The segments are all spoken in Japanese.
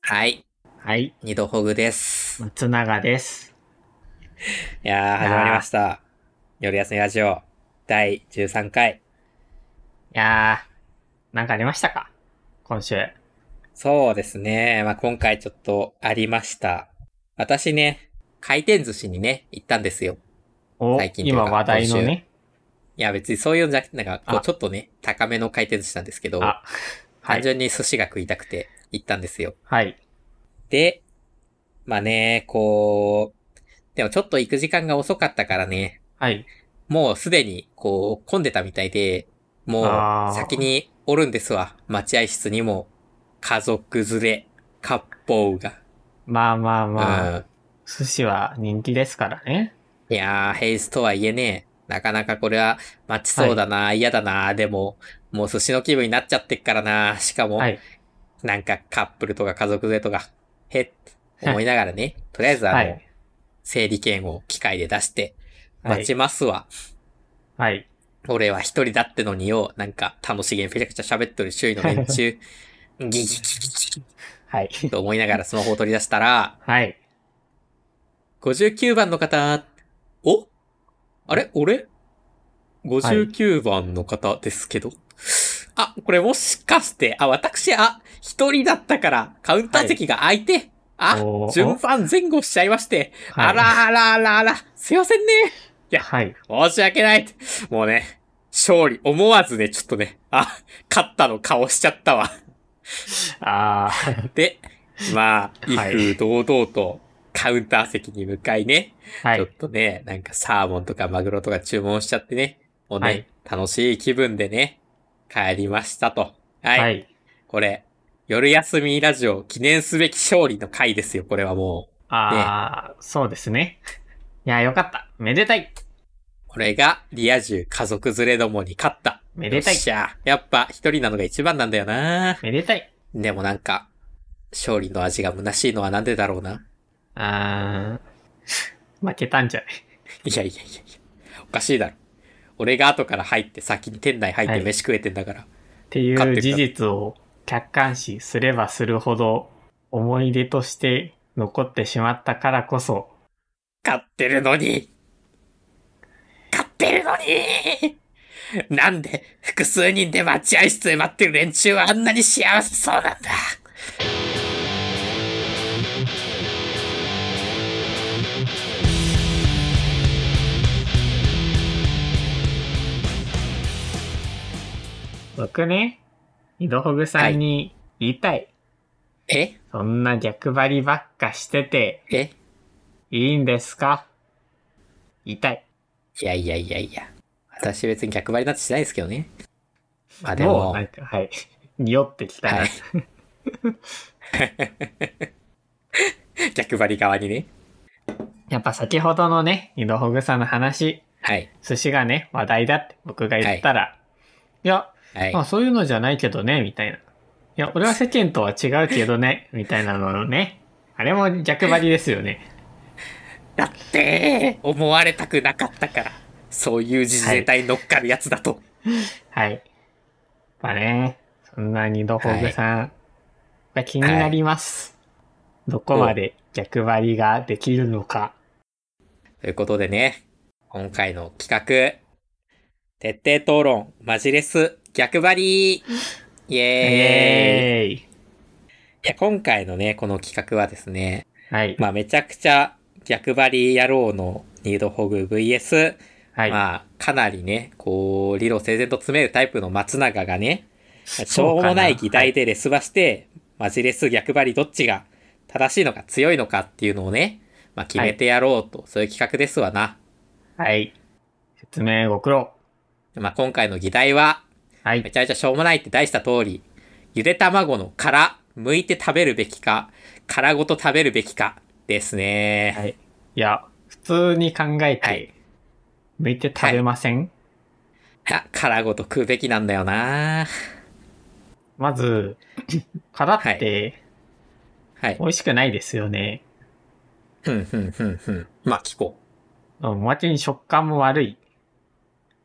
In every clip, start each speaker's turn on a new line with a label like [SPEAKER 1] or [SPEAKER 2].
[SPEAKER 1] はい。
[SPEAKER 2] 二度ほぐです。
[SPEAKER 1] 松永です。
[SPEAKER 2] いやー、始まりました。夜休みラジオ、第13回。
[SPEAKER 1] いやー、なんかありましたか今週。
[SPEAKER 2] そうですね。まあ、今回ちょっとありました。私ね、回転寿司にね、行ったんですよ。
[SPEAKER 1] お
[SPEAKER 2] 最、近というか
[SPEAKER 1] 今話題のね。
[SPEAKER 2] いや、別にそういうんじゃなくて、なんか、こ
[SPEAKER 1] あ
[SPEAKER 2] う、ちょっとね、高めの回転寿司なんですけど、
[SPEAKER 1] あ、は
[SPEAKER 2] 単
[SPEAKER 1] い。
[SPEAKER 2] 純に寿司が食いたくて行ったんですよ。
[SPEAKER 1] はい。
[SPEAKER 2] で、まあね、こう、でもちょっと行く時間が遅かったからね、
[SPEAKER 1] はい。
[SPEAKER 2] もうすでに、こう、混んでたみたいで、も
[SPEAKER 1] あ
[SPEAKER 2] う、
[SPEAKER 1] ー
[SPEAKER 2] 先におるんですわ。待合室にも、家族連れ、割烹が。
[SPEAKER 1] まあまあまあ、
[SPEAKER 2] うん。
[SPEAKER 1] 寿司は人気ですからね。
[SPEAKER 2] いやー、ヘイスとはいえね、なかなかこれは、待ちそうだな、嫌だな、でも、もう寿司の気分になっちゃってっからな、しかも、
[SPEAKER 1] はい。
[SPEAKER 2] なんかカップルとか家族連れとか、へっ、思いながらね、とりあえずあの、
[SPEAKER 1] はい
[SPEAKER 2] 整理券を機械で出して、
[SPEAKER 1] はい
[SPEAKER 2] 待ちますわ。
[SPEAKER 1] はい。
[SPEAKER 2] 俺は一人だってのによ、なんか楽しげにめちゃくちゃ喋っとる周囲の連中、ギギギギギ
[SPEAKER 1] はい。
[SPEAKER 2] ギと思いながらスマホを取り出したら、
[SPEAKER 1] はい。
[SPEAKER 2] 59番の方、おあれ俺 ?59 番の方ですけど、あ、これもしかして、あ、私、あ、一人だったから、カウンター席が空いて、
[SPEAKER 1] お
[SPEAKER 2] あ、
[SPEAKER 1] ー
[SPEAKER 2] 順番前後しちゃいまして、
[SPEAKER 1] はい
[SPEAKER 2] あらあらあらあら、すいませんね。
[SPEAKER 1] はい。
[SPEAKER 2] 申し訳ないもうね、勝利、思わずね、ちょっとね、あ、勝ったの顔しちゃった わ。
[SPEAKER 1] あー、
[SPEAKER 2] で、まあ、威
[SPEAKER 1] はい
[SPEAKER 2] 風堂々とカウンター席に向かいね、
[SPEAKER 1] は
[SPEAKER 2] ちょっ
[SPEAKER 1] い。
[SPEAKER 2] とね、なんかサーモンとかマグロとか注文しちゃってね、もうね、
[SPEAKER 1] はい
[SPEAKER 2] 楽しい気分でね、帰りましたと。はい。
[SPEAKER 1] はい。
[SPEAKER 2] これ、夜休みラジオ記念すべき勝利の回ですよ、これはもう。
[SPEAKER 1] あー、そうですね。いや、よかった。めでたい。
[SPEAKER 2] これが、リア充家族連れどもに勝った。
[SPEAKER 1] めでたい
[SPEAKER 2] よっしゃ。やっぱ、一人なのが一番なんだよな
[SPEAKER 1] めでたい。
[SPEAKER 2] でもなんか、勝利の味が虚しいのはなんでだろうな。
[SPEAKER 1] あー、負けたんじゃない
[SPEAKER 2] いやいやいやいや。おかしいだろ。俺が後から入って先に店内入っ
[SPEAKER 1] は
[SPEAKER 2] て
[SPEAKER 1] い
[SPEAKER 2] 飯食えてんだから。
[SPEAKER 1] っていう事実を客観視すればするほど思い出として残ってしまったからこそ、
[SPEAKER 2] 勝ってるのに勝ってるのになんで複数人で待合室で待ってる連中はあんなに幸せそうなんだ
[SPEAKER 1] 僕ね、井戸ほぐさんに言いたい,、
[SPEAKER 2] え
[SPEAKER 1] そんな逆張りばっかしてて
[SPEAKER 2] え
[SPEAKER 1] いいんですか言いたい。
[SPEAKER 2] いやいやいやいや。私別に逆張りなんてしないですけどね。まあで
[SPEAKER 1] も
[SPEAKER 2] も
[SPEAKER 1] うな、んか、はい。 匂ってきたな。
[SPEAKER 2] はい 逆張り側にね。
[SPEAKER 1] やっぱ先ほどのね、井戸ほぐさんの話、
[SPEAKER 2] はい。
[SPEAKER 1] 寿司がね、話題だって僕が言ったら、いや、
[SPEAKER 2] はい。
[SPEAKER 1] まあそういうのじゃないけどね、みたいな。いや、俺は世間とは違うけどね、 みたいなのね。あれも逆張りですよね。
[SPEAKER 2] だって、思われたくなかったから、そういう自衛隊に乗っかるやつだと。
[SPEAKER 1] はい。まあね、そんな二度ほぐさん、まあ気になります。どこまで逆張りができるのか。
[SPEAKER 2] ということでね、今回の企画、徹底討論、マジレス、逆張りイ
[SPEAKER 1] イ
[SPEAKER 2] エーイい
[SPEAKER 1] ーイ
[SPEAKER 2] や、今回のね、この企画はですね、
[SPEAKER 1] はい。
[SPEAKER 2] まあめちゃくちゃ逆張り野郎のニードホグ VS、
[SPEAKER 1] はい。
[SPEAKER 2] まあ、かなりね、こう、理路整然と詰めるタイプの松永がね、
[SPEAKER 1] そう
[SPEAKER 2] しょうもない
[SPEAKER 1] か
[SPEAKER 2] 議題でレスばして、マジレス逆張りどっちが正しいのか強いのかっていうのをね、まあ決めてやろうと、そういう企画ですわな。
[SPEAKER 1] はい。はい。説明ご苦労。
[SPEAKER 2] まあ今回の議題は、
[SPEAKER 1] は
[SPEAKER 2] め
[SPEAKER 1] い。
[SPEAKER 2] ちゃめちゃしょうもないって題した通り、ゆで卵の殻、剥いて食べるべきか、殻ごと食べるべきかですね。
[SPEAKER 1] はい。いや、普通に考えて、
[SPEAKER 2] はい
[SPEAKER 1] 向いて食べませ
[SPEAKER 2] い
[SPEAKER 1] ん、
[SPEAKER 2] や、殻ごと食うべきなんだよな
[SPEAKER 1] ま ず、殻って
[SPEAKER 2] はい。
[SPEAKER 1] 美味しくないですよね。
[SPEAKER 2] ふんふんふんふん。まあ聞こう。
[SPEAKER 1] おまけに食感も悪い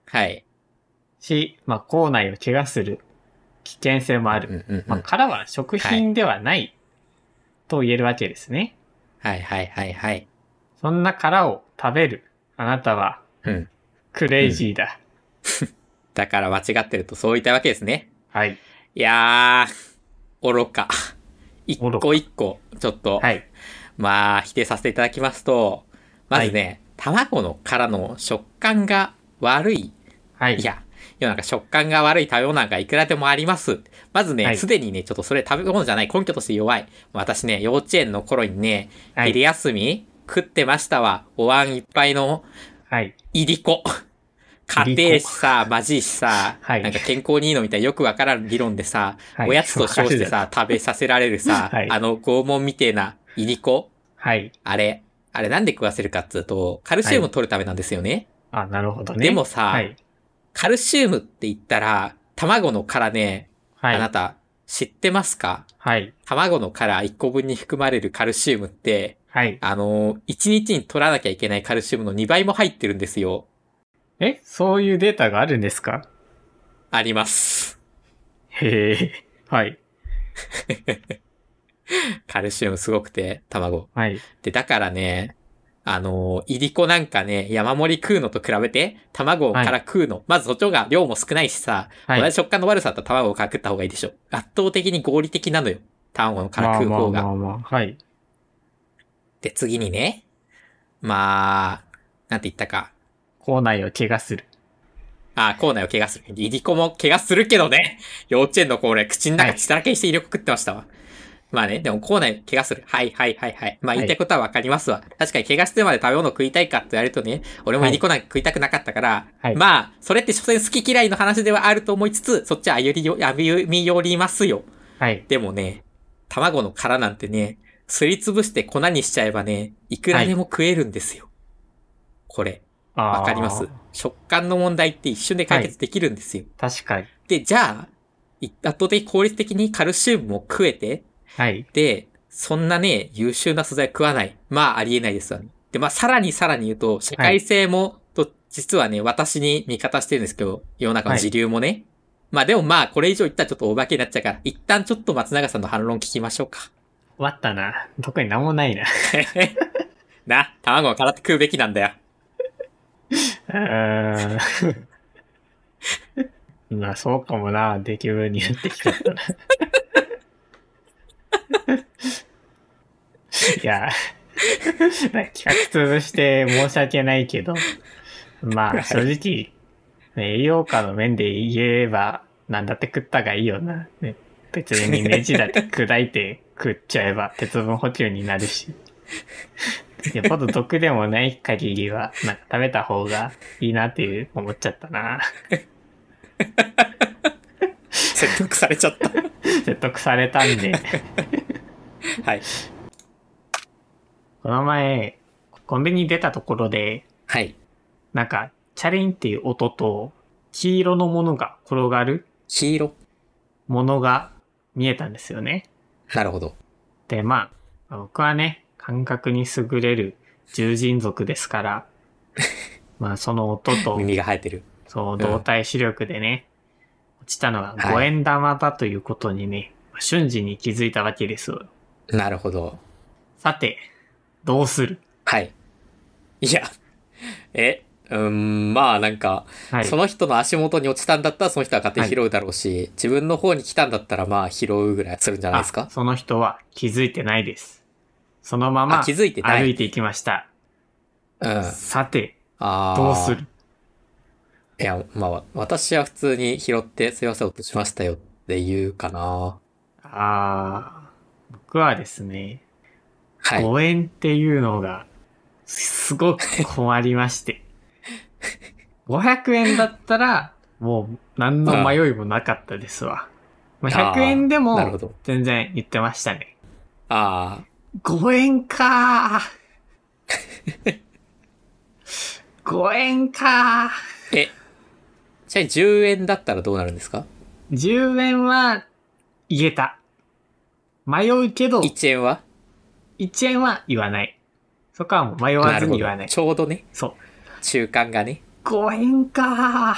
[SPEAKER 2] はい。
[SPEAKER 1] し、まあ、口内を怪我する危険性もあ
[SPEAKER 2] うん
[SPEAKER 1] る。
[SPEAKER 2] うんうん
[SPEAKER 1] まあ、殻は食品ではないと言えるわけですね。
[SPEAKER 2] はいはいはいはい。
[SPEAKER 1] そんな殻を食べるあなたは
[SPEAKER 2] うん。
[SPEAKER 1] クレイジーだ。
[SPEAKER 2] だから間違ってるとそう言いたいわけですね。
[SPEAKER 1] はい。
[SPEAKER 2] いやー、愚か。一
[SPEAKER 1] 愚
[SPEAKER 2] 個
[SPEAKER 1] か
[SPEAKER 2] 一個、ちょっと、
[SPEAKER 1] はい。
[SPEAKER 2] まあ、否定させていただきますと、まずね、卵の殻の食感が悪い。
[SPEAKER 1] はい。
[SPEAKER 2] いや、世の中食感が悪い食べ物なんかいくらでもあります。まず
[SPEAKER 1] は
[SPEAKER 2] ね、
[SPEAKER 1] い
[SPEAKER 2] すで、にね、ちょっとそれ食べ物じゃない、根拠として弱い。私ね、幼稚園の頃にね、
[SPEAKER 1] はい
[SPEAKER 2] 昼休み食ってましたわ。お椀いっぱいの
[SPEAKER 1] はい。
[SPEAKER 2] いりこ。家
[SPEAKER 1] いりこ
[SPEAKER 2] 庭しさ、まじいしさ、
[SPEAKER 1] はい
[SPEAKER 2] なんか健康にいいのみたいなよくわからん理論でさ、
[SPEAKER 1] はい
[SPEAKER 2] おやつと称してさ、食べさせられるさ、
[SPEAKER 1] はい
[SPEAKER 2] あの拷問みてえないりこ、
[SPEAKER 1] はい。
[SPEAKER 2] あれ、あれなんで食わせるかっつうと、カルシウム取るためなんですよね。
[SPEAKER 1] あ、なるほどね。
[SPEAKER 2] でもさ、
[SPEAKER 1] はい。
[SPEAKER 2] カルシウムって言ったら、卵の殻ね、あ
[SPEAKER 1] は。
[SPEAKER 2] ないた知ってますか
[SPEAKER 1] はい。
[SPEAKER 2] 卵の殻1個分に含まれるカルシウムって、
[SPEAKER 1] はい。
[SPEAKER 2] あの1日に取らなきゃいけないカルシウムの2倍も入ってるんですよ。
[SPEAKER 1] え、そういうデータがあるんですか
[SPEAKER 2] あります。
[SPEAKER 1] へえ。はい。
[SPEAKER 2] カルシウムすごくて、卵。
[SPEAKER 1] はい。
[SPEAKER 2] で、だからね、あのー、いりこなんかね、山盛り食うのと比べて、卵から食うの。まずそっちの方が量も少ないしさ、
[SPEAKER 1] は
[SPEAKER 2] 同
[SPEAKER 1] い。
[SPEAKER 2] じ食感の悪さだったら卵から食った方がいいでしょ。圧倒的に合理的なのよ。卵から食う方
[SPEAKER 1] ま
[SPEAKER 2] が。
[SPEAKER 1] あまあまあまあ。はい。
[SPEAKER 2] で、次にね、まあ、なんて言ったか。
[SPEAKER 1] 校内を怪我する。
[SPEAKER 2] あ、校内を怪我する。いりこも怪我するけどね。幼稚園の子俺、口の中
[SPEAKER 1] はい
[SPEAKER 2] 血だらけにして威力食ってましたわ。まあね、でも校内怪我する。はいはいはいはい。まあ
[SPEAKER 1] はい
[SPEAKER 2] 言いたいことはわかりますわ。確かに怪我してまで食べ物食いたいかって言われるとね、俺もいりこなんか食いたくなかったから、
[SPEAKER 1] はい
[SPEAKER 2] まあ、それって所詮好き嫌いの話ではあると思いつつ、そっちは歩みよ歩み寄りますよ。
[SPEAKER 1] はい。
[SPEAKER 2] でもね、卵の殻なんてね、すりつぶして粉にしちゃえばね、いくらでも食えるんですよ。これ。
[SPEAKER 1] あー
[SPEAKER 2] わかります。食感の問題って一瞬で解決できるんですよ。
[SPEAKER 1] 確かに。
[SPEAKER 2] で、じゃあ、い圧倒的効率的にカルシウムも食えて、
[SPEAKER 1] はい。
[SPEAKER 2] で、そんなね、優秀な素材食わない。まあ、ありえないですよね。で、まあ、さらにさらに言うと、社会性も、と、実はね、私に味方してるんですけど、世の中の時流もね。まあ、でもまあ、これ以上言ったらちょっとお化けになっちゃうから、一旦ちょっと松永さんの反論聞きましょうか。
[SPEAKER 1] 終わったな。特になんもないな。
[SPEAKER 2] な、卵をからって食うべきなんだよ。
[SPEAKER 1] うーん。まあ、そうかもな。出来分にやってきちゃったな。いや、企画潰して申し訳ないけど、まあ、正直、ね栄養価の面で言えば、なんだって食ったがいいよな。ね、別にネジだって砕いて食っちゃえば鉄分補給になるし。よっぽど毒でもない限りは、なんか食べた方がいいなっていう思っちゃったな。
[SPEAKER 2] 説得されちゃ った。
[SPEAKER 1] 説得されたんで。
[SPEAKER 2] はい。
[SPEAKER 1] この前、コンビニ出たところで、
[SPEAKER 2] はい。
[SPEAKER 1] なんか、チャリンっていう音と、黄色のものが転がる
[SPEAKER 2] 黄色。
[SPEAKER 1] ものが見えたんですよね。
[SPEAKER 2] なるほど。
[SPEAKER 1] で、まあ、僕はね、感覚に優れる獣人族ですから、まあ、その音と、
[SPEAKER 2] 耳が生えてる。
[SPEAKER 1] そう、
[SPEAKER 2] ん
[SPEAKER 1] 動体視力でね、落ちたのが五円玉だということにね、瞬時に気づいたわけですよ。
[SPEAKER 2] なるほど。
[SPEAKER 1] さて、どうする
[SPEAKER 2] はい。いや、え、うーん、まあなんか、
[SPEAKER 1] はい
[SPEAKER 2] そ。の人の足元に落ちたんだったらその人は勝手に拾うだろうし、自分の方に来たんだったらまあ拾うぐらいするんじゃないです
[SPEAKER 1] あ
[SPEAKER 2] か
[SPEAKER 1] その人は気づいてないです。そのまま
[SPEAKER 2] あ気づいてない
[SPEAKER 1] 歩いていきました。
[SPEAKER 2] うん。あ
[SPEAKER 1] さて、
[SPEAKER 2] あー。
[SPEAKER 1] どうする
[SPEAKER 2] いや、まあ私は普通に拾ってすいません落としましたよって言うかな。
[SPEAKER 1] ああー、僕はですね、
[SPEAKER 2] はい。
[SPEAKER 1] ご縁っていうのが、すごく困り まして。500円だったら、もう何の迷いもなかったですわ。まあ
[SPEAKER 2] あー
[SPEAKER 1] 100円で
[SPEAKER 2] なるほ
[SPEAKER 1] も、
[SPEAKER 2] ど。
[SPEAKER 1] 全然言ってましたね。
[SPEAKER 2] あ
[SPEAKER 1] 5円か ー。5円かー。
[SPEAKER 2] あ。え、じゃあ10円だったらどうなるんですか
[SPEAKER 1] 10円は言えた。迷うけど、
[SPEAKER 2] ?1 円は
[SPEAKER 1] 1円は言わない。そこはもう迷わ
[SPEAKER 2] な
[SPEAKER 1] ず
[SPEAKER 2] るほ
[SPEAKER 1] に言わな
[SPEAKER 2] ど。
[SPEAKER 1] い。
[SPEAKER 2] ちょうどね、
[SPEAKER 1] そう。
[SPEAKER 2] 中間がね。
[SPEAKER 1] 5円かーっ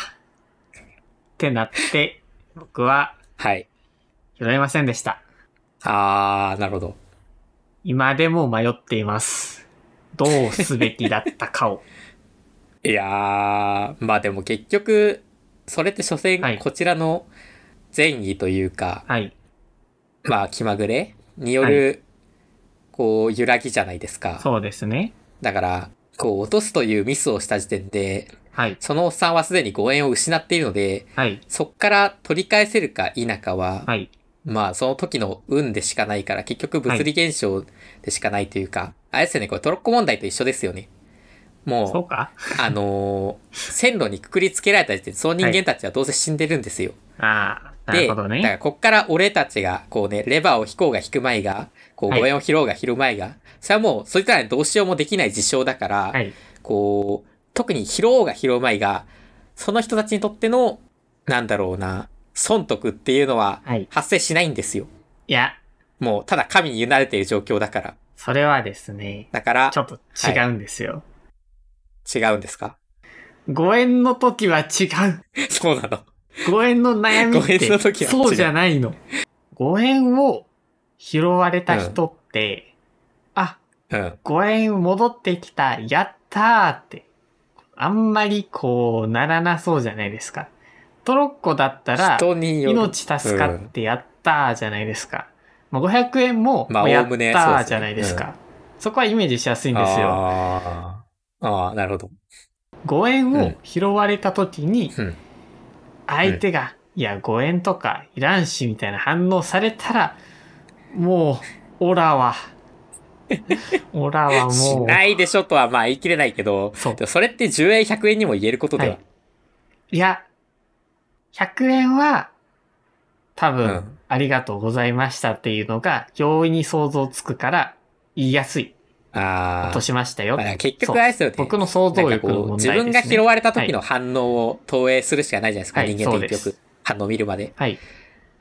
[SPEAKER 1] てなって、僕は
[SPEAKER 2] はい。
[SPEAKER 1] 拾いませんでした。
[SPEAKER 2] ああ、なるほど。
[SPEAKER 1] 今でも迷っています。どうすべきだった かを。
[SPEAKER 2] いやー、まあでも結局、それって所詮
[SPEAKER 1] はい
[SPEAKER 2] こちらの善意というか、
[SPEAKER 1] はい。
[SPEAKER 2] まあ気まぐれによ
[SPEAKER 1] は
[SPEAKER 2] る、こう、揺らぎじゃないですか。
[SPEAKER 1] そうですね。
[SPEAKER 2] だから、こう落とすというミスをした時点で、
[SPEAKER 1] はい。
[SPEAKER 2] そのおっさんはすでにご縁を失っているので、
[SPEAKER 1] はい。
[SPEAKER 2] そっから取り返せるか否かは、
[SPEAKER 1] はい。
[SPEAKER 2] まあその時の運でしかないから、結局物理現象でしかないというか、あれですよね、これトロッコ問題と一緒ですよね。もう、
[SPEAKER 1] そうか
[SPEAKER 2] あのー線路にくくりつけられた時点で、その人間たちはどうせ死んでるんですよ。
[SPEAKER 1] ああ、な
[SPEAKER 2] で、
[SPEAKER 1] るほど
[SPEAKER 2] だか
[SPEAKER 1] ね。
[SPEAKER 2] らこっから俺たちが、こうね、レバーを引こうが引くまいが、こう、
[SPEAKER 1] はい
[SPEAKER 2] ご縁を拾おうが拾うまいが、それはもう、そいつらにどうしようもできない事象だから、
[SPEAKER 1] はい。
[SPEAKER 2] こう、特に拾おうが拾うまいが、その人たちにとっての、なんだろうな、損得っていうのは
[SPEAKER 1] はい。
[SPEAKER 2] 発生しないんですよ。
[SPEAKER 1] いや、
[SPEAKER 2] もう、ただ神に委ねている状況だから。
[SPEAKER 1] それはですね、
[SPEAKER 2] だから
[SPEAKER 1] ち、ょっと違うんですよ。
[SPEAKER 2] 違うんですか
[SPEAKER 1] ご縁の時は違う。
[SPEAKER 2] そうなの。
[SPEAKER 1] ご縁の悩みって
[SPEAKER 2] ご縁の時は違う
[SPEAKER 1] そうじゃないの。ご縁を拾われた人って、あ、
[SPEAKER 2] うん。
[SPEAKER 1] ご縁戻ってきた、やったーって、あんまりこうならなそうじゃないですか。トロッコだったら、
[SPEAKER 2] 人による。
[SPEAKER 1] 命助かってやったーじゃないですか。まあ、500円も
[SPEAKER 2] まあ
[SPEAKER 1] まあ
[SPEAKER 2] お
[SPEAKER 1] やった
[SPEAKER 2] おむねそうです
[SPEAKER 1] ー
[SPEAKER 2] ね
[SPEAKER 1] じゃないですか。そこはイメージしやすいんですよ。
[SPEAKER 2] あーあー、なるほど。
[SPEAKER 1] ご縁を拾われた時に
[SPEAKER 2] うん、
[SPEAKER 1] 相手が、いや、ご縁とかいらんし、みたいな反応されたら、もう、オ ラは、オラは
[SPEAKER 2] し
[SPEAKER 1] もう、
[SPEAKER 2] ないでしょとはまあ言い切れないけど、
[SPEAKER 1] そう
[SPEAKER 2] でもそれって10円100円にも言えることでは。
[SPEAKER 1] はいいや、100円は、多分、
[SPEAKER 2] うん
[SPEAKER 1] ありがとうございましたっていうのが、容易に想像つくから、言いやすい。
[SPEAKER 2] あ
[SPEAKER 1] 落
[SPEAKER 2] あ
[SPEAKER 1] と。しましたよ。
[SPEAKER 2] まあ結局あれですよね。
[SPEAKER 1] 僕の想像
[SPEAKER 2] なん
[SPEAKER 1] 力の
[SPEAKER 2] かこう
[SPEAKER 1] 問題です、
[SPEAKER 2] 自
[SPEAKER 1] ね。
[SPEAKER 2] 分が拾われた時の反応を投影するしかないじゃないですか、
[SPEAKER 1] はい
[SPEAKER 2] 人間っ
[SPEAKER 1] そ
[SPEAKER 2] て
[SPEAKER 1] うです
[SPEAKER 2] 結局。反応を見るまで。
[SPEAKER 1] はい。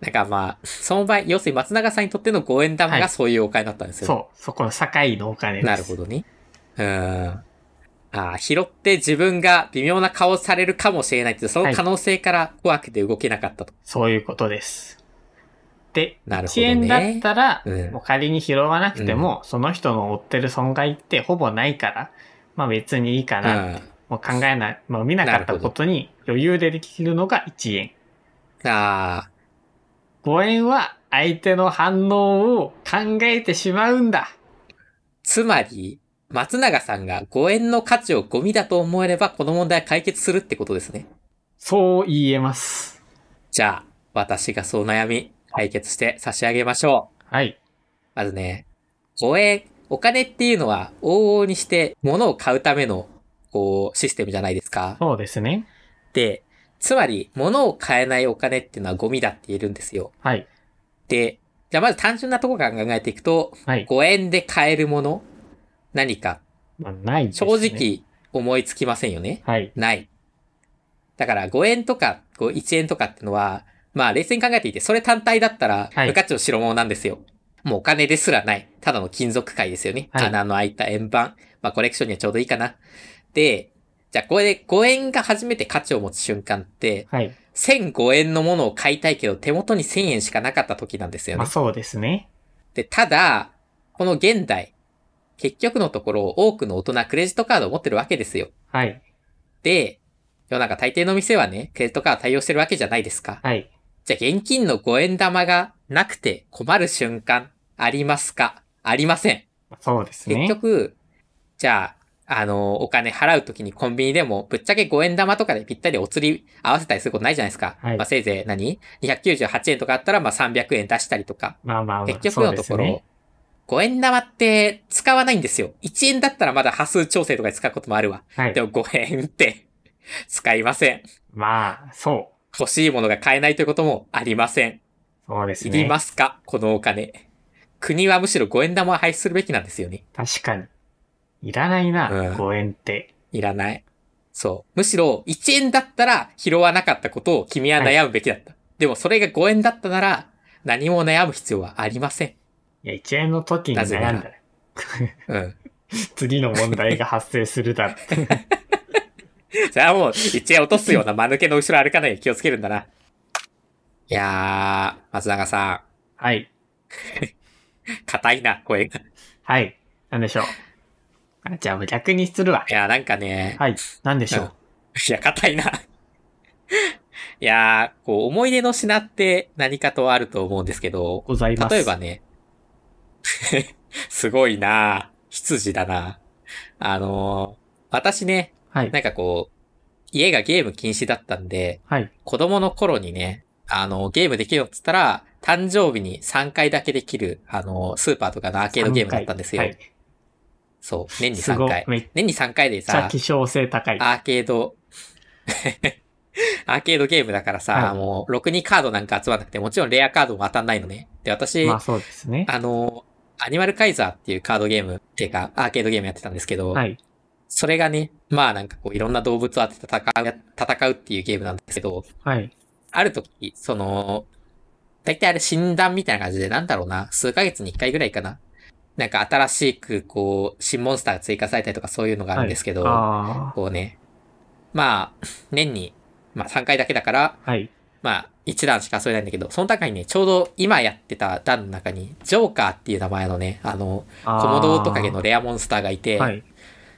[SPEAKER 2] なんかまあ、その場合、要するに松永さんにとってのご縁玉
[SPEAKER 1] は
[SPEAKER 2] が
[SPEAKER 1] い
[SPEAKER 2] そういうお金だったんですよ。
[SPEAKER 1] そう。そこの境のお金です。
[SPEAKER 2] なるほどね。うーん。ああ、拾って自分が微妙な顔をされるかもしれないっていう、その可能性から怖くて動けなかったと。
[SPEAKER 1] そういうことです。で、
[SPEAKER 2] なるほ
[SPEAKER 1] 1
[SPEAKER 2] どね
[SPEAKER 1] 円だったら、
[SPEAKER 2] うん
[SPEAKER 1] もう仮に拾わなくても、その人の負ってる損害ってほぼないから、まあ別にいいかな。
[SPEAKER 2] うん。
[SPEAKER 1] もう考えない、まあ見なかったことに余裕でできるのが1円。
[SPEAKER 2] ああ、
[SPEAKER 1] 5円は相手の反応を考えてしまうんだ。
[SPEAKER 2] つまり、松永さんが5円の価値をゴミだと思えれば、この問題は解決するってことですね。
[SPEAKER 1] そう言えます。
[SPEAKER 2] じゃあ、私がそう悩み、解決して差し上げましょう。
[SPEAKER 1] はい。
[SPEAKER 2] まずね、5円、お金っていうのは、往々にして、物を買うための、こう、システムじゃないですか。
[SPEAKER 1] そうですね。
[SPEAKER 2] で、つまり、物を買えないお金っていうのはゴミだって言えるんですよ。
[SPEAKER 1] はい。
[SPEAKER 2] で、じゃあまず単純なとこから考えていくと、
[SPEAKER 1] はい。
[SPEAKER 2] 5円で買えるもの、何か、
[SPEAKER 1] まあ、ないです、ね。
[SPEAKER 2] 正。直思いつきませんよね。
[SPEAKER 1] はい。
[SPEAKER 2] ない。だから5円とかこう1円とかってのは、まあ冷静に考えていて、それ単体だったら
[SPEAKER 1] はい
[SPEAKER 2] 無価値の代物なんですよ。もうお金ですらない。ただの金属塊ですよね。
[SPEAKER 1] はい
[SPEAKER 2] 穴の開いた円盤。まあコレクションにはちょうどいいかな。で、じゃあこれで5円が初めて価値を持つ瞬間って、
[SPEAKER 1] はい。
[SPEAKER 2] 1005円のものを買いたいけど手元に1000円しかなかった時なんですよ
[SPEAKER 1] ま
[SPEAKER 2] ね
[SPEAKER 1] あ。そうですね。
[SPEAKER 2] で、ただ、この現代、結局のところ多くの大人クレジットカードを持ってるわけですよ。
[SPEAKER 1] はい。
[SPEAKER 2] で、世の中大抵の店はね、クレジットカード対応してるわけじゃないですか。
[SPEAKER 1] はい。
[SPEAKER 2] じゃあ現金の5円玉がなくて困る瞬間ありますかありません。
[SPEAKER 1] まあそうですね。
[SPEAKER 2] 結局、じゃあ、あの、お金払うときにコンビニでも、ぶっちゃけ5円玉とかでぴったりお釣り合わせたりすることないじゃないですか。
[SPEAKER 1] はい
[SPEAKER 2] まあせいぜい何 ?298 円とかあったら、まあ300円出したりとか。
[SPEAKER 1] まあまあまあ、
[SPEAKER 2] 結局のと
[SPEAKER 1] そ
[SPEAKER 2] こ
[SPEAKER 1] う
[SPEAKER 2] ろ、
[SPEAKER 1] ですね
[SPEAKER 2] 5円玉って使わないんですよ。1円だったらまだ波数調整とかで使うこともあるわ。
[SPEAKER 1] はい
[SPEAKER 2] で。も5円って使いません。
[SPEAKER 1] まあ、そう。
[SPEAKER 2] 欲しいものが買えないということもありません。
[SPEAKER 1] そうです
[SPEAKER 2] い
[SPEAKER 1] ね。
[SPEAKER 2] りますか、このお金。国はむしろ5円玉を廃止するべきなんですよね。
[SPEAKER 1] 確かに。いらないな、
[SPEAKER 2] うん
[SPEAKER 1] 5円って。
[SPEAKER 2] いらない。そう。むしろ1円だったら拾わなかったことを君は悩むべきだった。でもそれが5円だったなら何も悩む必要はありません。
[SPEAKER 1] いや、1円の時に
[SPEAKER 2] なぜなら
[SPEAKER 1] 悩んだ
[SPEAKER 2] う
[SPEAKER 1] ら、
[SPEAKER 2] ん。
[SPEAKER 1] 次の問題が発生するだ ろう。
[SPEAKER 2] それはもう、一円落とすような間抜けの後ろ歩かないように気をつけるんだな。いやー、松永さ
[SPEAKER 1] はい。
[SPEAKER 2] ん、硬いな、声が。
[SPEAKER 1] はい。なんでしょう。あじゃあ、逆にするわ
[SPEAKER 2] い。や、なんかね、
[SPEAKER 1] はい。なんでしょう。
[SPEAKER 2] いや、硬いな。いやー、こう、思い出の品って何かとあると思うんですけど、
[SPEAKER 1] ございます。
[SPEAKER 2] 例えばね、 すごいな羊だなあのー私ね、
[SPEAKER 1] はい。
[SPEAKER 2] なんかこう、家がゲーム禁止だったんで、
[SPEAKER 1] はい。
[SPEAKER 2] 子供の頃にね、あの、ゲームできるのっつったら、誕生日に3回だけできる、あの、スーパーとかのアーケードゲームだったんですよ。
[SPEAKER 1] はい。
[SPEAKER 2] そう、年に
[SPEAKER 1] す
[SPEAKER 2] 3
[SPEAKER 1] ごい
[SPEAKER 2] 回。。
[SPEAKER 1] めっ
[SPEAKER 2] 年に3回で
[SPEAKER 1] ちゃ
[SPEAKER 2] さ、
[SPEAKER 1] 希少性高い。
[SPEAKER 2] アーケード、 アーケードゲームだからさ、
[SPEAKER 1] はい
[SPEAKER 2] もう、ろくにカードなんか集まらなくて、もちろんレアカードも当たんないのね。で、私、
[SPEAKER 1] まあそうですね。
[SPEAKER 2] あの、アニマルカイザーっていうカードゲーム、っていうか、アーケードゲームやってたんですけど、
[SPEAKER 1] はい。
[SPEAKER 2] それがね、まあなんかこう、いろんな動物を当てて戦う、戦うっていうゲームなんですけど、
[SPEAKER 1] はい。
[SPEAKER 2] ある時、その、大体あれ診断みたいな感じで、なんだろうな、数ヶ月に一回ぐらいかな。なんか新しく、こう、新モンスターが追加されたりとかそういうのがあるんですけど、
[SPEAKER 1] あ
[SPEAKER 2] こうね、まあ、年に、まあ3回だけだから、
[SPEAKER 1] あ。はい。
[SPEAKER 2] まあ1段しか遊べないんだけど、その中にね、ちょうど今やってた段の中に、ジョーカーっていう名前のね、あの、
[SPEAKER 1] あー
[SPEAKER 2] コモドオオトカゲのレアモンスターがいて、
[SPEAKER 1] はい。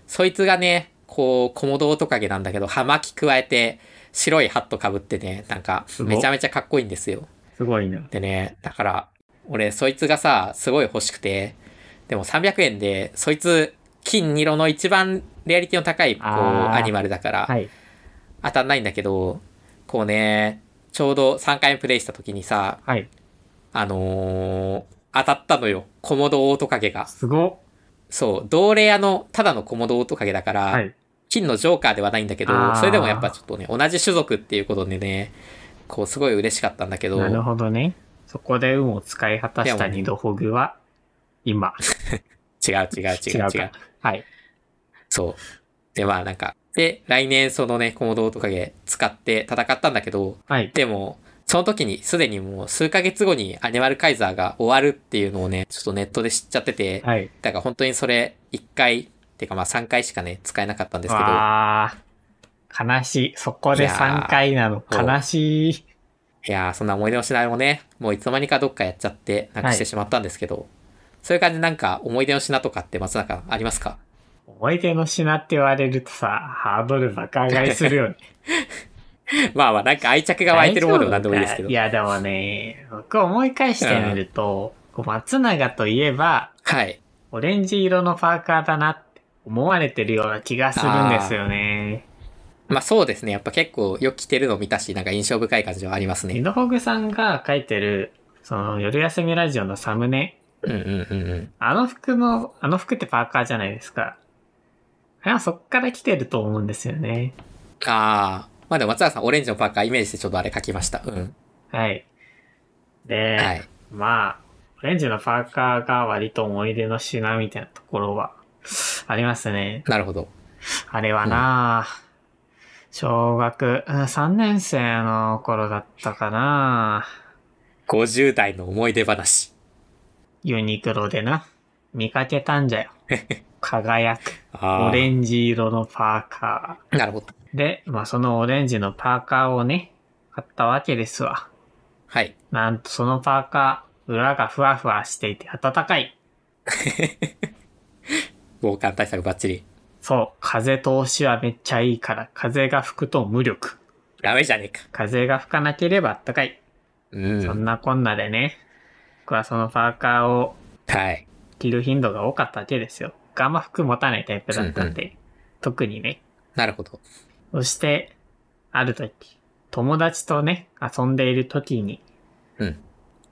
[SPEAKER 2] そいつがね、こう、コモドオオトカゲなんだけど、葉巻加えて、白いハット被ってね、なんか、
[SPEAKER 1] すごっ
[SPEAKER 2] めちゃめちゃかっこいいんですよ。
[SPEAKER 1] すごいな。
[SPEAKER 2] でね、だから、俺、そいつがさ、すごい欲しくて、でも300円で、そいつ、金色の一番レアリティの高い、こう、
[SPEAKER 1] あー
[SPEAKER 2] アニマルだから、
[SPEAKER 1] はい。
[SPEAKER 2] 当たんないんだけど、こうね、ちょうど3回目プレイした時にさ、
[SPEAKER 1] はい。
[SPEAKER 2] あのー当たったのよ。コモドオオトカゲが。
[SPEAKER 1] すごっ。
[SPEAKER 2] そう、同レアの、ただのコモドオオトカゲだから、
[SPEAKER 1] はい。
[SPEAKER 2] 金のジョーカーではないんだけど
[SPEAKER 1] あ、ー
[SPEAKER 2] それでもやっぱちょっとね、同じ種族っていうことでね、こうすごい嬉しかったんだけど、
[SPEAKER 1] なるほどね。そこで運を使い果たした
[SPEAKER 2] でもね
[SPEAKER 1] 二度ほぐは、今。
[SPEAKER 2] 違う違う違う違う。
[SPEAKER 1] かはい。
[SPEAKER 2] そう。で、まあなんか、で、来年そのね、コモドオオトカゲ使って戦ったんだけど、
[SPEAKER 1] はい。
[SPEAKER 2] でも、その時にすでにもう数ヶ月後にアニマルカイザーが終わるっていうのをね、ちょっとネットで知っちゃってて、
[SPEAKER 1] はい。
[SPEAKER 2] だから本当にそれ1回、っていうかまあ3回しかね、使えなかったんですけど、
[SPEAKER 1] わー。悲しい。そこで3回なの。
[SPEAKER 2] いやー
[SPEAKER 1] 悲しい。
[SPEAKER 2] いやー、そんな思い出の品もね、もういつの間にかどっかやっちゃって、なくしてしまったんですけど、そういう感じでなんか思い出の品とかって松中ありますか
[SPEAKER 1] 思い出の品って言われるとさ、ハードル爆上がりするよね。
[SPEAKER 2] まあまあ、なんか愛着が 湧いてるものでもなんでもいいですけど。
[SPEAKER 1] いや、でもね、僕思い返してみると、こう松永といえば、
[SPEAKER 2] はい。
[SPEAKER 1] オレンジ色のパーカーだなって思われてるような気がするんですよね。
[SPEAKER 2] まあそうですね。やっぱ結構よく着てるの見たし、なんか印象深い感じはあります
[SPEAKER 1] ニ
[SPEAKER 2] ね。
[SPEAKER 1] ノホグさんが書いてる、その、夜休みラジオのサムネ。
[SPEAKER 2] うんうんうんうん。
[SPEAKER 1] あの服の、あの服ってパーカーじゃないですか。あれはそっから来てると思うんですよね。
[SPEAKER 2] ああ。まあでも松永さん、オレンジのパーカーイメージしてちょっとあれ書きました。うん。
[SPEAKER 1] はい。で、
[SPEAKER 2] はい。
[SPEAKER 1] まあ、オレンジのパーカーが割と思い出の品みたいなところは、ありますね。
[SPEAKER 2] なるほど。
[SPEAKER 1] あれはなあ、小学うん3年生の頃だったかな
[SPEAKER 2] 50代の思い出話。
[SPEAKER 1] ユニクロでな、見かけたん じゃよ。輝く。
[SPEAKER 2] あ
[SPEAKER 1] オレ
[SPEAKER 2] あ。
[SPEAKER 1] ンジ色のパーカ
[SPEAKER 2] なるほど。
[SPEAKER 1] ー。で、まあ、そのオレンジのパーカーをね、買ったわけですわ。
[SPEAKER 2] はい。
[SPEAKER 1] なんとそのパーカー、裏がふわふわしていて暖かい。
[SPEAKER 2] 防寒対策バッチリ。
[SPEAKER 1] そう、風通しはめっちゃいいから、風が吹くと無力。
[SPEAKER 2] ダメじゃねえか。
[SPEAKER 1] 風が吹かなければ暖かい。
[SPEAKER 2] うん。
[SPEAKER 1] そん
[SPEAKER 2] は
[SPEAKER 1] なこんなでね、僕はそのパーカーを
[SPEAKER 2] い。
[SPEAKER 1] 着る頻度が多かったわけですよ。僕あんま服持たないタイプだったんで、特にね。
[SPEAKER 2] なるほど。
[SPEAKER 1] そして、ある時、友達とね、遊んでいる時に、
[SPEAKER 2] うん。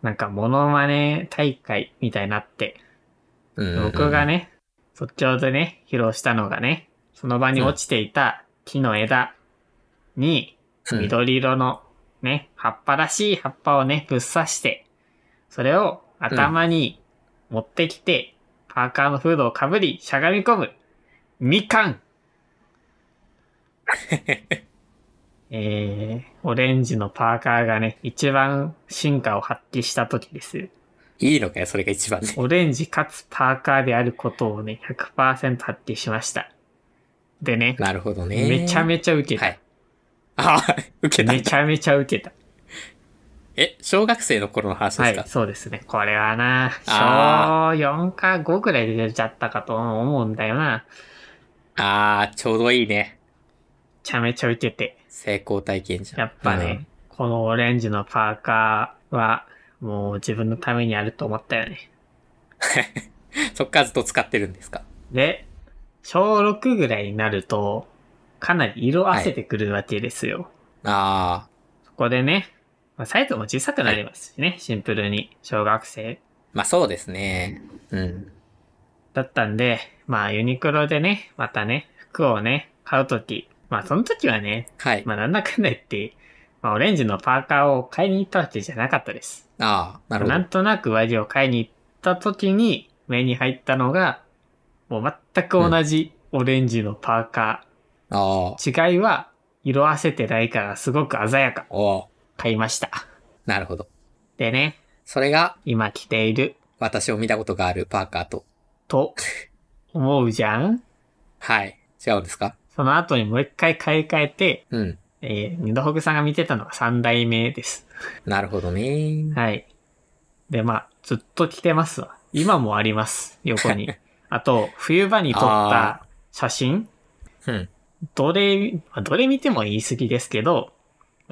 [SPEAKER 1] なんかモノマネ大会みたいになって、
[SPEAKER 2] うんうんうん
[SPEAKER 1] 僕がね、そっちょうどね、披露したのがね、その場に落ちていた木の枝に、
[SPEAKER 2] うん
[SPEAKER 1] 緑色のね、葉っぱらしい葉っぱをね、ぶっ刺して、それを頭に持ってきて、パーカーのフードをかぶり、しゃがみ込む。み かんえー、オレンジのパーカーがね、一番進化を発揮した時ですよ。
[SPEAKER 2] いいのかよ、それが一番ね。
[SPEAKER 1] オレンジかつパーカーであることをね、100%発揮しました。でね、
[SPEAKER 2] なるほどね。
[SPEAKER 1] めちゃ
[SPEAKER 2] ち
[SPEAKER 1] めちゃ受けた。
[SPEAKER 2] はい。ああ、受けた
[SPEAKER 1] め。ちゃめちゃ受けた。
[SPEAKER 2] え、小学生の頃の話
[SPEAKER 1] は
[SPEAKER 2] です
[SPEAKER 1] い
[SPEAKER 2] か、、
[SPEAKER 1] そうですね。これはな、
[SPEAKER 2] あ
[SPEAKER 1] 小4か5くらいで出ちゃったかと思うんだよな。
[SPEAKER 2] あー、ちょうどいいね。
[SPEAKER 1] ちゃめちゃ受けて。
[SPEAKER 2] 成功体験じゃん。
[SPEAKER 1] やっぱね、このオレンジのパーカーは、もう自分のためにあると思ったよね。
[SPEAKER 2] うん。 そっからずっと使ってるんですか
[SPEAKER 1] で、小6ぐらいになると、かなり色あせてくるわけですよ。
[SPEAKER 2] あー。
[SPEAKER 1] そこでね、まあ、サイズも小さくなりますしね、シンプルに。小学生
[SPEAKER 2] まあそうですね。うん。
[SPEAKER 1] だったんで、まあユニクロでね、またね、服をね、買うとき、まあその時はね、
[SPEAKER 2] はい。
[SPEAKER 1] まあなんだかんだ言って、まあオレンジのパーカーを買いに行ったわけじゃなかったです。
[SPEAKER 2] あー、なるほど。
[SPEAKER 1] なんとなく上着を買いに行った時に目に入ったのが、もう全く同じオレンジのパーカ
[SPEAKER 2] あー。
[SPEAKER 1] ー。違いは色あせてないからすごく鮮やか。
[SPEAKER 2] おー
[SPEAKER 1] 買いました。
[SPEAKER 2] なるほど。
[SPEAKER 1] でね、
[SPEAKER 2] それが
[SPEAKER 1] 今着ている
[SPEAKER 2] 私を見たことがあるパーカーと。
[SPEAKER 1] と思うじゃん
[SPEAKER 2] はい。違うんですか
[SPEAKER 1] その後にもう一回買い替えて、
[SPEAKER 2] うん。
[SPEAKER 1] えー、二度ほぐさんが見てたのが三代目です。
[SPEAKER 2] なるほどね。
[SPEAKER 1] はい。で、まあ、ずっと着てますわ。今もあります、横に。あと、冬場に撮った写真
[SPEAKER 2] うん。
[SPEAKER 1] どれ、まあどれ見ても言い過ぎですけど、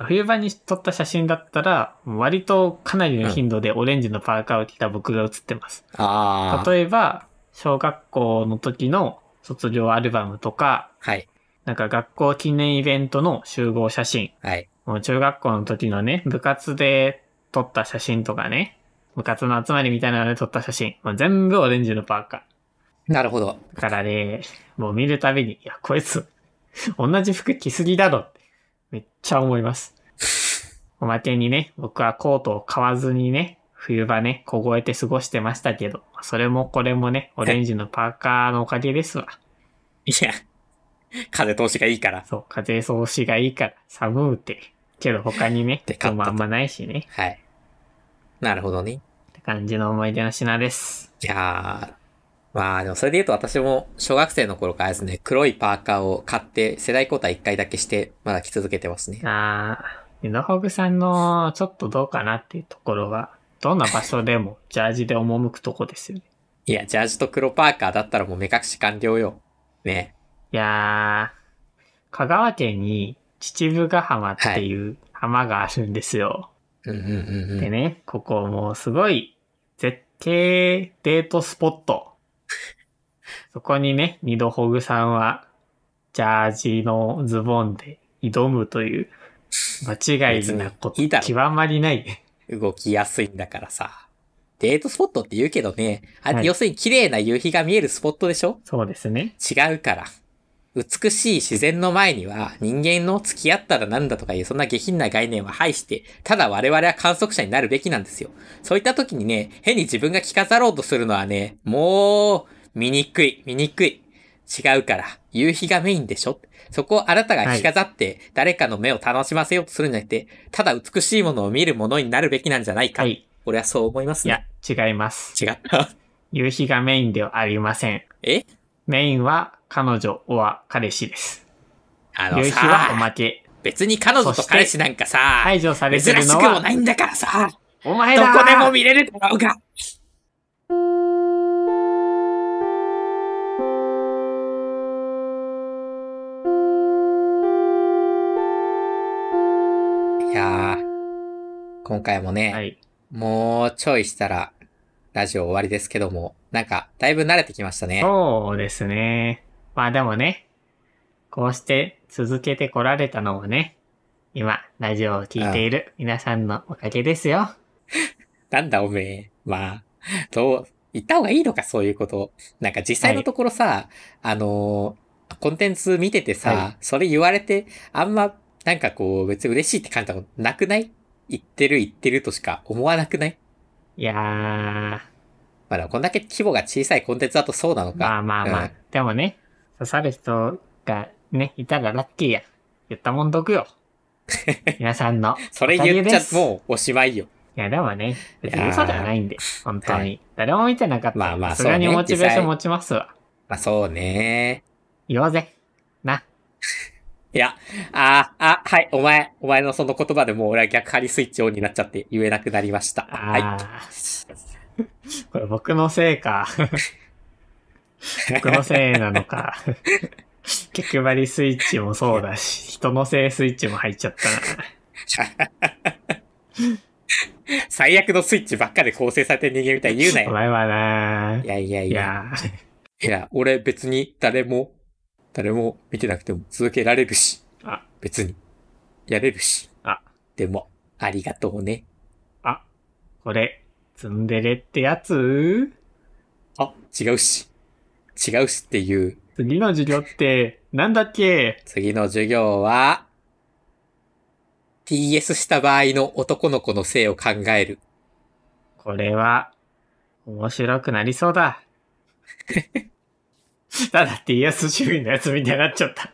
[SPEAKER 1] 冬場に撮った写真だったら、割とかなりの頻度でオレンジのパーカーを着た僕が写ってます。
[SPEAKER 2] ああ。
[SPEAKER 1] 例えば、小学校の時の卒業アルバムとか、
[SPEAKER 2] はい。
[SPEAKER 1] なんか学校記念イベントの集合写真、
[SPEAKER 2] はい。
[SPEAKER 1] もう中学校の時のね、部活で撮った写真とかね、部活の集まりみたいなので撮った写真、もう全部オレンジのパーカー。
[SPEAKER 2] なるほど。
[SPEAKER 1] だからね、もう見るたびに、いや、こいつ、同じ服着すぎだろって、めっちゃ思います。おまけにね、僕はコートを買わずにね、冬場ね、凍えて過ごしてましたけど、それもこれもね、オレンジのパーカーのおかげですわ。
[SPEAKER 2] いや、風通しがいいから。
[SPEAKER 1] そう、風通しがいいから、寒うて。けど他にね、
[SPEAKER 2] で買ったと
[SPEAKER 1] 人もあんまないしね。
[SPEAKER 2] はい。なるほどね。
[SPEAKER 1] って感じの思い出の品です。
[SPEAKER 2] いやー、まあでもそれで言うと私も小学生の頃からですね、黒いパーカーを買って世代交代一回だけして、まだ着続けてますね。
[SPEAKER 1] あー、ノホグさんのちょっとどうかなっていうところは、どんな場所でもジャージで赴くとこですよね。
[SPEAKER 2] いや、ジャージと黒パーカーだったらもう目隠し完了よ。ね
[SPEAKER 1] いやー、香川県に秩父ヶ浜っていう浜があるんですよ。
[SPEAKER 2] え。うんうんうんう
[SPEAKER 1] で
[SPEAKER 2] ん。
[SPEAKER 1] ね、ここもうすごい絶景デートスポット。そこにね、二度ホグさんは、ジャージのズボンで挑むという、間違いなこと、
[SPEAKER 2] 別にいいだろ
[SPEAKER 1] 極まりない。
[SPEAKER 2] 動きやすいんだからさ。デートスポットって言うけどね、あれ、
[SPEAKER 1] はい
[SPEAKER 2] 要するに綺麗な夕日が見えるスポットでしょ
[SPEAKER 1] そうですね。
[SPEAKER 2] 違うから。美しい自然の前には人間の付き合ったらなんだとかいうそんな下品な概念は排して、ただ我々は観測者になるべきなんですよ。そういった時にね、変に自分が着飾ろうとするのはね、もう、醜い、醜い。違うから。夕日がメインでしょそこをあなたが着飾って誰かの目を楽しませようとするんじゃなくて、ただ美しいものを見るものになるべきなんじゃないか。
[SPEAKER 1] はい。
[SPEAKER 2] 俺はそう思います
[SPEAKER 1] い
[SPEAKER 2] ね。
[SPEAKER 1] や、違います。
[SPEAKER 2] 違った。
[SPEAKER 1] 夕日がメインではありません。
[SPEAKER 2] え
[SPEAKER 1] メインは彼女は彼氏です。
[SPEAKER 2] あの
[SPEAKER 1] 夕日はおま
[SPEAKER 2] さ、
[SPEAKER 1] け。
[SPEAKER 2] 別に彼女と彼氏なんかさ、
[SPEAKER 1] 排除されて
[SPEAKER 2] 珍
[SPEAKER 1] る
[SPEAKER 2] し
[SPEAKER 1] の
[SPEAKER 2] くも
[SPEAKER 1] は
[SPEAKER 2] な、いんだからさ、
[SPEAKER 1] お前
[SPEAKER 2] ど
[SPEAKER 1] だ
[SPEAKER 2] こでも見れるだろうが。いやー、今回もね、
[SPEAKER 1] はい。
[SPEAKER 2] もうちょいしたら、ラジオ終わりですけども、なんか、だいぶ慣れてきましたね。
[SPEAKER 1] そうですね。まあでもね、こうして続けてこられたのもね、今、ラジオを聞いている皆さんのおかげですよ。
[SPEAKER 2] なんだおめえ。まあ、どう、言った方がいいのか、そういうこと。なんか実際のところさ、あのーコンテンツ見ててさ、
[SPEAKER 1] は
[SPEAKER 2] それ言われて、あんま、なんかこう、別に嬉しいって感じたことなくない言ってる言ってるとしか思わなくない
[SPEAKER 1] いやー、
[SPEAKER 2] まあでもこんだけ規模が小さいコンテンツだとそうなのか。
[SPEAKER 1] まあまあまあ。
[SPEAKER 2] うん
[SPEAKER 1] でもね、刺さる人がね、いたらラッキーや。言ったもんど くよ。皆さんの。
[SPEAKER 2] それ言っち
[SPEAKER 1] おかげ
[SPEAKER 2] ゃ
[SPEAKER 1] です
[SPEAKER 2] もうおしまいよ。
[SPEAKER 1] いや、でもね、別
[SPEAKER 2] い
[SPEAKER 1] に
[SPEAKER 2] やー
[SPEAKER 1] 嘘ではないんで、本当に。
[SPEAKER 2] は
[SPEAKER 1] 誰も見てなかったら。
[SPEAKER 2] まあまあ
[SPEAKER 1] さすがに
[SPEAKER 2] そうね
[SPEAKER 1] モチベーション持ちますわ。
[SPEAKER 2] まあそうね。
[SPEAKER 1] 言おうぜ。な。
[SPEAKER 2] いや、あー、あ、はい、お前、お前のその言葉でもう俺は逆張りスイッチオンになっちゃって言えなくなりました。はい。
[SPEAKER 1] あーこれ僕のせ いか。僕のせいなのか。逆張りスイッチもそうだし、人のせいスイッチも入っちゃったな。
[SPEAKER 2] 最悪のスイッチばっかで構成されてる人間みたいに言うな
[SPEAKER 1] お
[SPEAKER 2] よ。
[SPEAKER 1] 前はない
[SPEAKER 2] やいやい
[SPEAKER 1] い
[SPEAKER 2] や。い
[SPEAKER 1] や
[SPEAKER 2] や、俺別に誰も、誰も見てなくても続けられるし。
[SPEAKER 1] あ
[SPEAKER 2] 別に。やれるし。
[SPEAKER 1] あ
[SPEAKER 2] でも、ありがとうね。
[SPEAKER 1] あ、これ、ツンデレってやつ
[SPEAKER 2] あ、違うし。違うしっていう、
[SPEAKER 1] 次の授業って、なんだっけ
[SPEAKER 2] 次の授業は、TS した場合の男の子の性を考える。
[SPEAKER 1] これは、面白くなりそうだ。ただ TS 周囲のやつみたいになっちゃった。